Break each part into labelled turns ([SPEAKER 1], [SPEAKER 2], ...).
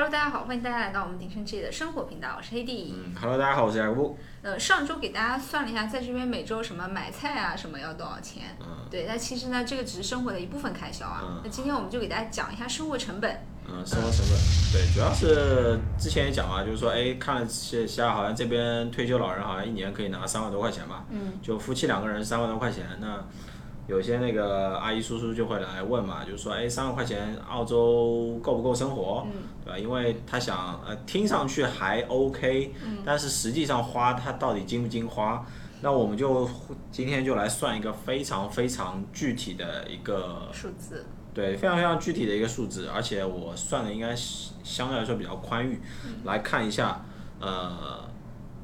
[SPEAKER 1] Hello，大家好，欢迎大家来到我们鼎盛置业的生活频道，我是黑弟。
[SPEAKER 2] 嗯，Hello，大家好，我是雅各布。
[SPEAKER 1] 呃，上周给大家算了一下，在这边每周什么买菜啊，什么要多少钱？
[SPEAKER 2] 嗯
[SPEAKER 1] 对，那其实呢，这个只是生活的一部分开销啊
[SPEAKER 2] 嗯。
[SPEAKER 1] 那今天我们就给大家讲一下生活成本。
[SPEAKER 2] 嗯，生活成本，对，主要是之前也讲嘛，就是说，哎，看了一下，好像这边退休老人好像一年可以拿三万多块钱吧，
[SPEAKER 1] 嗯，
[SPEAKER 2] 就夫妻两个人三万多块钱，那有些那个阿姨叔叔就会来问嘛，就是说，哎，三万块钱澳洲够不够生活？
[SPEAKER 1] 嗯
[SPEAKER 2] 对吧？因为他想，呃，听上去还 OK，、但
[SPEAKER 1] 嗯
[SPEAKER 2] 是实际上花他到底经不经花？那我们就今天就来算一个非常非常具体的一个
[SPEAKER 1] 数字。
[SPEAKER 2] 对，非常非常具体的一个数字，而且我算的应该是相对来说比较宽裕，来看一下，呃，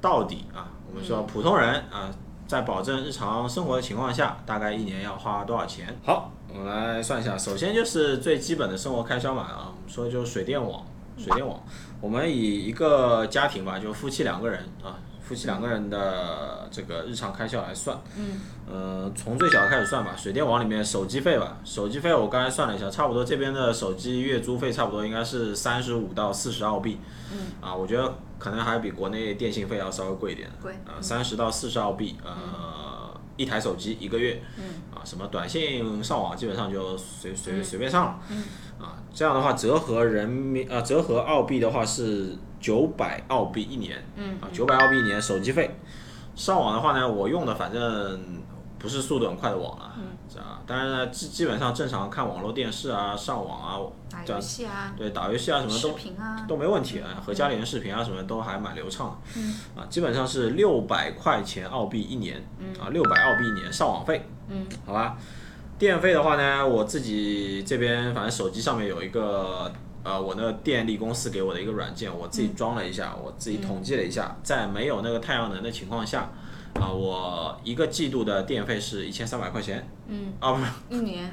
[SPEAKER 2] 到底啊，我们说普通人啊，在保证日常生活的情况下，大概一年要花多少钱？好，我们来算一下，首先就是最基本的生活开销嘛啊，我们说就是水电网，水电网，我们以一个家庭吧，就夫妻两个人啊，夫妻两个人的这个日常开销来算。
[SPEAKER 1] 嗯
[SPEAKER 2] 呃，从最小开始算吧，水电网里面手机费吧，手机费我刚才算了一下，差不多这边的手机月租费差不多应该是三十五到四十澳币，
[SPEAKER 1] 嗯，
[SPEAKER 2] 啊，我觉得可能还比国内电信费要稍微贵一点，
[SPEAKER 1] 嗯贵
[SPEAKER 2] 啊，三十到四十澳币，呃，一台手机一个月，
[SPEAKER 1] 嗯，
[SPEAKER 2] 啊，什么短信上网基本上就随随
[SPEAKER 1] 嗯
[SPEAKER 2] 随便上了，
[SPEAKER 1] 嗯，
[SPEAKER 2] 啊，这样的话折合人民啊，折合澳币的话是九百澳币一年，
[SPEAKER 1] 嗯
[SPEAKER 2] 啊，九百澳币一年手机费。上网的话呢，我用的反正不是速度很快的网
[SPEAKER 1] 嗯
[SPEAKER 2] 啊，这啊，当然呢，基基本上正常看网络电视啊、上网啊，
[SPEAKER 1] 打游
[SPEAKER 2] 这样
[SPEAKER 1] 戏啊，
[SPEAKER 2] 对，打游戏啊什么
[SPEAKER 1] 视
[SPEAKER 2] 都
[SPEAKER 1] 频啊，
[SPEAKER 2] 都没问题啊，和家里人视频啊什么都还蛮流畅的。
[SPEAKER 1] 嗯
[SPEAKER 2] 啊，基本上是六百块钱澳币一年，啊，六百澳币一年上网费，
[SPEAKER 1] 嗯
[SPEAKER 2] 好吧。电费的话呢，我自己这边反正手机上面有一个呃，我那个电力公司给我的一个软件，我
[SPEAKER 1] 嗯
[SPEAKER 2] 自己装了一下，我自己统计了一下，在没有那个太阳能的情况下，啊，我一个季度的电费是一千三百块钱，
[SPEAKER 1] 嗯，
[SPEAKER 2] 啊，不是，
[SPEAKER 1] 一年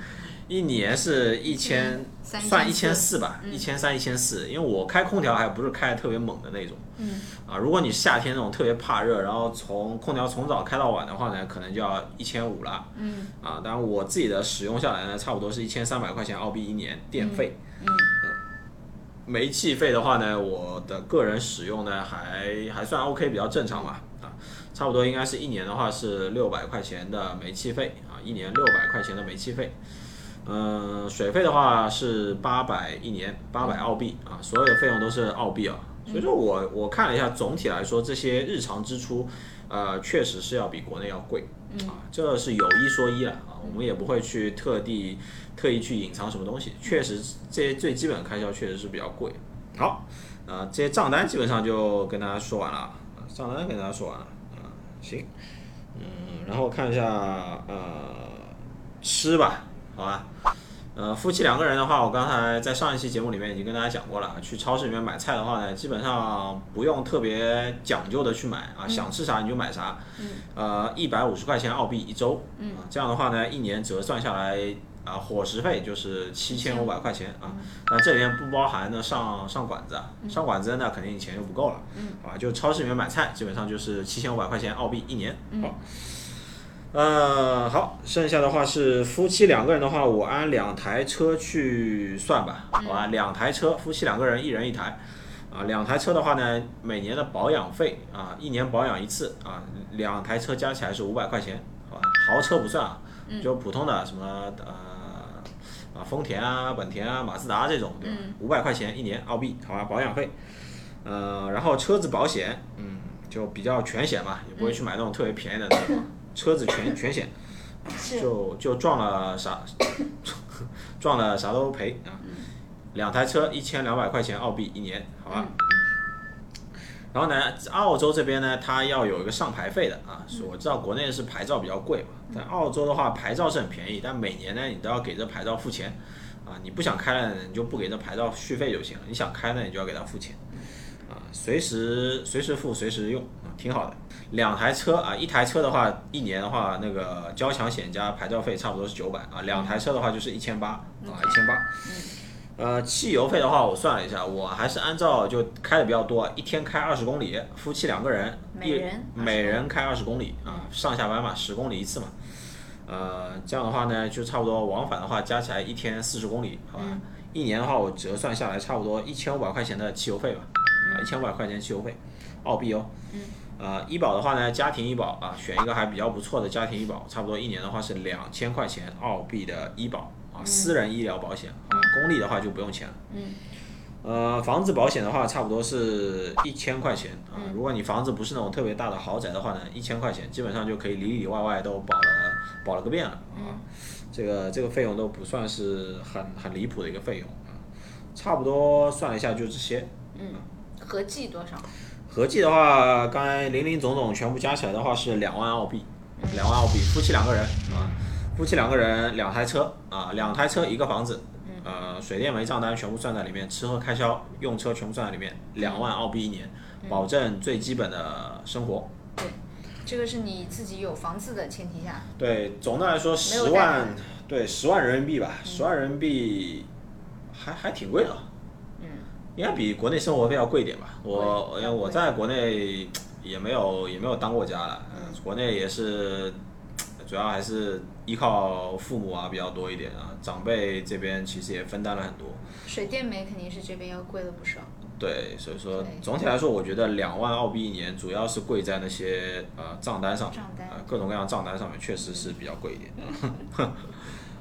[SPEAKER 2] 一年是一千，
[SPEAKER 1] 三
[SPEAKER 2] 嗯算一千
[SPEAKER 1] 千四。
[SPEAKER 2] 四吧，
[SPEAKER 1] 嗯
[SPEAKER 2] 一千三、一千四，因为我开空调还不是开的特别猛的那种。
[SPEAKER 1] 嗯
[SPEAKER 2] 啊，如果你夏天那种特别怕热，然后从空调从早开到晚的话呢，可能就要一千五了
[SPEAKER 1] 嗯
[SPEAKER 2] 啊。当然我自己的使用下来呢，差不多是一千三百块钱澳币一年电费。
[SPEAKER 1] 嗯
[SPEAKER 2] 煤气费的话呢，我的个人使用呢还还算 OK，比较正常吧啊，差不多应该是一年的话是六百块钱的煤气费啊，一年六百块钱的煤气费。嗯，水费的话是八百一年，八百澳币啊，所有的费用都是澳币啊。所以说我我看了一下，总体来说这些日常支出，呃，确实是要比国内要贵啊，这是有一说一了啊，我们也不会去特地特意去隐藏什么东西，确实这些最基本的开销确实是比较贵。好，呃，这些账单基本上就跟大家说完了，啊，账单跟大家说完了，啊、行，嗯，然后看一下呃吃吧，啊好吧。呃，夫妻两个人的话，我刚才在上一期节目里面已经跟大家讲过了啊，去超市里面买菜的话呢，基本上不用特别讲究的去买啊，想吃啥你就买啥。
[SPEAKER 1] 嗯。
[SPEAKER 2] 呃，一百五十块钱澳币一周。
[SPEAKER 1] 嗯
[SPEAKER 2] 啊。这样的话呢，一年折算下来啊，伙食费就是七千五百块钱
[SPEAKER 1] 嗯
[SPEAKER 2] 啊。那这里面不包含那上上馆子，啊，上馆子那肯定钱就不够了。
[SPEAKER 1] 嗯。
[SPEAKER 2] 好吧，就超市里面买菜，基本上就是七千五百块钱澳币一年。
[SPEAKER 1] 嗯
[SPEAKER 2] 好。呃，好，剩下的话是夫妻两个人的话，我按两台车去算吧，
[SPEAKER 1] 嗯
[SPEAKER 2] 好吧，两台车，夫妻两个人一人一台，啊，两台车的话呢，每年的保养费啊，一年保养一次啊，两台车加起来是五百块钱，好吧，豪车不算啊，就普通的什么呃啊丰田啊、本田啊、马自达这种，对吧？五百、块钱一年澳币，好吧，保养费，呃，然后车子保险，嗯，就比较全险嘛，也不会去买那种特别便宜的那种，车子全全险，
[SPEAKER 1] 是
[SPEAKER 2] 就就撞了啥， 撞了啥都赔啊。两台车一千两百块钱澳币一年，好吧。然后呢，澳洲这边呢，它要有一个上牌费的啊，是我知道国内是牌照比较贵嘛，但澳洲的话牌照是很便宜，但每年呢你都要给这牌照付钱啊，你不想开了你就不给这牌照续费就行了，你想开呢你就要给他付钱啊，随时随时付随时用啊，挺好的。两台车啊，一台车的话，一年的话，那个交强险加牌照费差不多是九百啊，两台车的话就是一千八啊，
[SPEAKER 1] 嗯
[SPEAKER 2] 一千八。呃，汽油费的话，我算了一下，我还是按照就开的比较多，一天开二十公里，夫妻两个人，
[SPEAKER 1] 每
[SPEAKER 2] 一
[SPEAKER 1] 人20
[SPEAKER 2] 每人开二十公里
[SPEAKER 1] 嗯
[SPEAKER 2] 啊，上下班嘛，十公里一次嘛。
[SPEAKER 1] 嗯
[SPEAKER 2] 呃，这样的话呢，就差不多往返的话，加起来一天四十公里，好吧？一年的话，我折算下来差不多一千五百块钱的汽油费吧，啊，一千五百块钱汽油费，澳币哦。
[SPEAKER 1] 嗯。
[SPEAKER 2] 呃，医保的话呢，家庭医保啊，选一个还比较不错的家庭医保，差不多一年的话是两千块钱澳币的医保啊，私人医疗保险啊，公立的话就不用钱了。
[SPEAKER 1] 嗯。
[SPEAKER 2] 呃，房子保险的话，差不多是一千块钱啊。如果你房子不是那种特别大的豪宅的话呢，一千块钱基本上就可以里里外外都保了保了个遍了啊。这个这个费用都不算是很很离谱的一个费用啊，差不多算了一下就这些。
[SPEAKER 1] 嗯合计多少？
[SPEAKER 2] 合计的话，刚才零零总总全部加起来的话是两万澳币，两万澳币，夫妻两个人啊，夫妻两个人两台车啊，两台车一个房子，
[SPEAKER 1] 嗯
[SPEAKER 2] 呃，水电煤账单全部算在里面，吃喝开销用车全部算在里面，两万澳币一年，
[SPEAKER 1] 嗯
[SPEAKER 2] 保证最基本的生活。
[SPEAKER 1] 这个是你自己有房子的前提下，
[SPEAKER 2] 对，总的来说
[SPEAKER 1] 没有
[SPEAKER 2] 十
[SPEAKER 1] 贷
[SPEAKER 2] 万
[SPEAKER 1] 款，
[SPEAKER 2] 对十万人民币吧，十万人民币还还挺贵的，
[SPEAKER 1] 嗯，
[SPEAKER 2] 应该比国内生活费要贵一点吧。我
[SPEAKER 1] 贵
[SPEAKER 2] 因为我在国内也没有也没有当过家了，嗯，国内也是主要还是依靠父母啊比较多一点啊，长辈这边其实也分担了很多。
[SPEAKER 1] 水电煤肯定是这边要贵了不少。
[SPEAKER 2] 对，所以说
[SPEAKER 1] 对
[SPEAKER 2] 总体来说，我觉得两万澳币一年主要是贵在那些呃账单上面，
[SPEAKER 1] 账单嗯
[SPEAKER 2] 呃各种各样的账单上面确实是比较贵一点。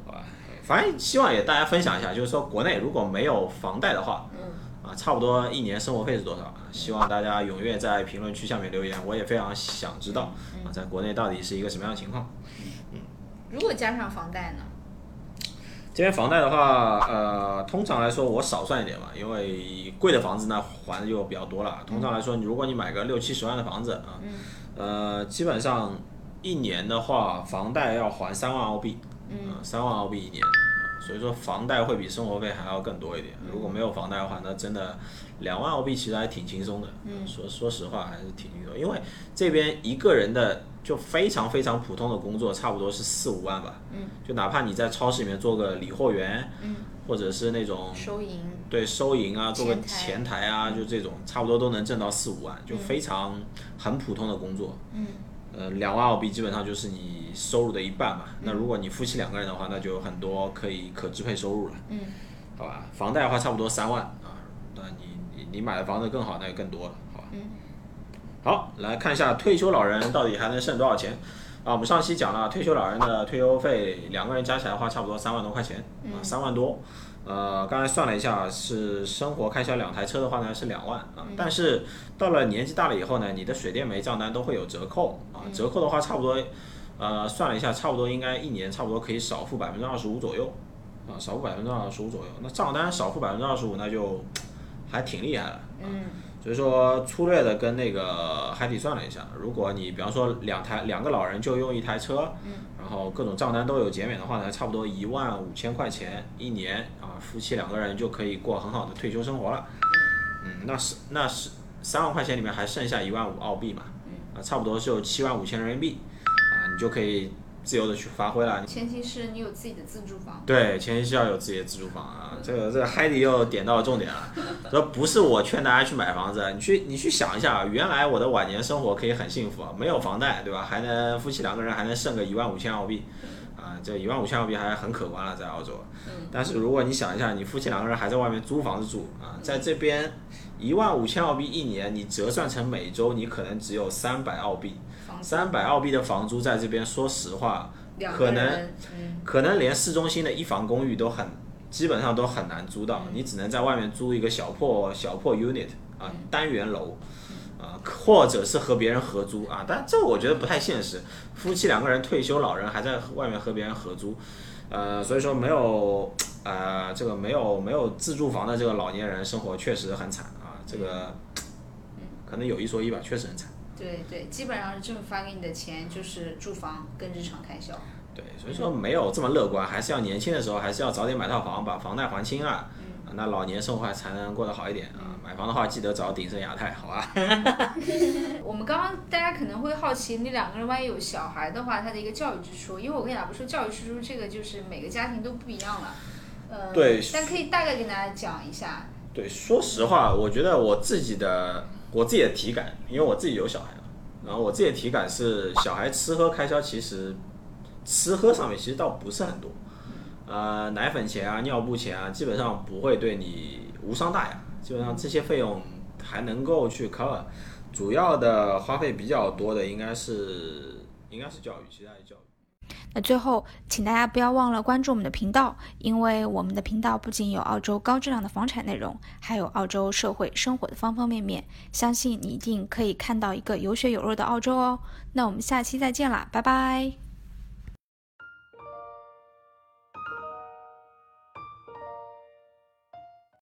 [SPEAKER 2] 好吧，反正希望也大家分享一下，就是说国内如果没有房贷的话，
[SPEAKER 1] 嗯，
[SPEAKER 2] 啊，差不多一年生活费是多少？希望大家踊跃在评论区下面留言，我也非常想知道
[SPEAKER 1] 嗯
[SPEAKER 2] 啊，在国内到底是一个什么样的情况。
[SPEAKER 1] 如果加上房贷呢？
[SPEAKER 2] 这边房贷的话，呃，通常来说我少算一点吧，因为贵的房子呢还的就比较多了。通常来说，你如果你买个六七十万的房子啊，呃，基本上一年的话，房贷要还三万澳币，嗯，三万澳币一年，所以说房贷会比生活费还要更多一点。如果没有房贷的话，那真的两万澳币其实还挺轻松的，嗯，说说实话还是挺轻松，因为这边一个人的就非常非常普通的工作，差不多是四五万吧，嗯，就哪怕你在超市里面做个理货员，嗯，或者是那种
[SPEAKER 1] 收银，
[SPEAKER 2] 对收银啊，做个前
[SPEAKER 1] 前
[SPEAKER 2] 台嗯啊，就这种差不多都能挣到四五万，就非常很普通的工作。
[SPEAKER 1] 嗯，
[SPEAKER 2] 呃，两万澳币基本上就是你收入的一半嘛。那如果你夫妻两个人的话，那就有很多可以可支配收入了。
[SPEAKER 1] 嗯，
[SPEAKER 2] 好吧，房贷的话差不多三万啊，那你你你买的房子更好，那就更多了，好吧？
[SPEAKER 1] 嗯。
[SPEAKER 2] 好，来看一下退休老人到底还能剩多少钱。啊，我们上期讲了退休老人的退休费，两个人加起来的话，差不多三万多块钱，啊，三万多。呃，刚才算了一下，是生活开销两台车的话呢是两万啊，但是到了年纪大了以后呢，你的水电煤账单都会有折扣啊，折扣的话差不多，呃，算了一下，差不多应该一年差不多可以少付百分之二十五左右，啊，少付百分之二十五左右。那账单少付百分之二十五，那就还挺厉害了。
[SPEAKER 1] 嗯
[SPEAKER 2] 所以说粗略的跟那个海底算了一下，如果你比方说两台两个老人就用一台车，然后各种账单都有减免的话呢，差不多一万五千块钱一年啊，夫妻两个人就可以过很好的退休生活了。嗯，那是那是三万块钱里面还剩下一万五澳币嘛，啊，差不多就七万五千人民币啊，你就可以自由的去发挥了。
[SPEAKER 1] 前提是你有自己的自住房。
[SPEAKER 2] 对，前提是要有自己的自住房啊。这个这个海底又点到重点了，说不是我劝大家去买房子，你去你去想一下，啊原来我的晚年生活可以很幸福啊，没有房贷，对吧？还能夫妻两个人还能剩个一万五千澳币，啊，这一万五千澳币还很可观了，在澳洲。
[SPEAKER 1] 嗯
[SPEAKER 2] 但是如果你想一下，你夫妻两个人还在外面租房子住啊，在这边一万五千澳币一年，你折算成每周，你可能只有三百澳币，
[SPEAKER 1] 房子
[SPEAKER 2] 三百澳币的房租在这边，说实话，
[SPEAKER 1] 两
[SPEAKER 2] 可
[SPEAKER 1] 个
[SPEAKER 2] 能
[SPEAKER 1] 人，嗯，
[SPEAKER 2] 可能连市中心的一房公寓都很，基本上都很难租到，你只能在外面租一个小破小破 unit 啊，单元楼。啊，或者是和别人合租啊，但这我觉得不太现实。夫妻两个人退休老人还在外面和别人合租，呃，所以说没有呃这个没有没有自住房的这个老年人生活确实很惨啊，这个可能有一说一吧，确实很惨。
[SPEAKER 1] 对对，基本上政府发给你的钱就是住房跟日常开销。
[SPEAKER 2] 对，所以说没有这么乐观，还是要年轻的时候，还是要早点买套房，把房贷还清啊。啊那老年生活才能过得好一点啊！买房的话，记得找鼎盛亚太，好吧？
[SPEAKER 1] 我们刚刚大家可能会好奇，你两个人万一有小孩的话，他的一个教育支出，因为我跟亚不说教育支出这个就是每个家庭都不一样了，呃，
[SPEAKER 2] 对
[SPEAKER 1] 但可以大概跟大家讲一下，
[SPEAKER 2] 对，说实话，我觉得我自己的我自己的体感，因为我自己有小孩嘛，然后我自己的体感是，小孩吃喝开销其实吃喝上面其实倒不是很多，啊、呃奶粉钱啊、尿布钱啊，基本上不会对你无伤大雅，基本上这些费用还能够去 cover。主要的花费比较多的应该是应该是教育，其他的教育。
[SPEAKER 3] 那最后，请大家不要忘了关注我们的频道，因为我们的频道不仅有澳洲高质量的房产内容，还有澳洲社会生活的方方面面。相信你一定可以看到一个有血有肉的澳洲哦。那我们下期再见啦，拜拜。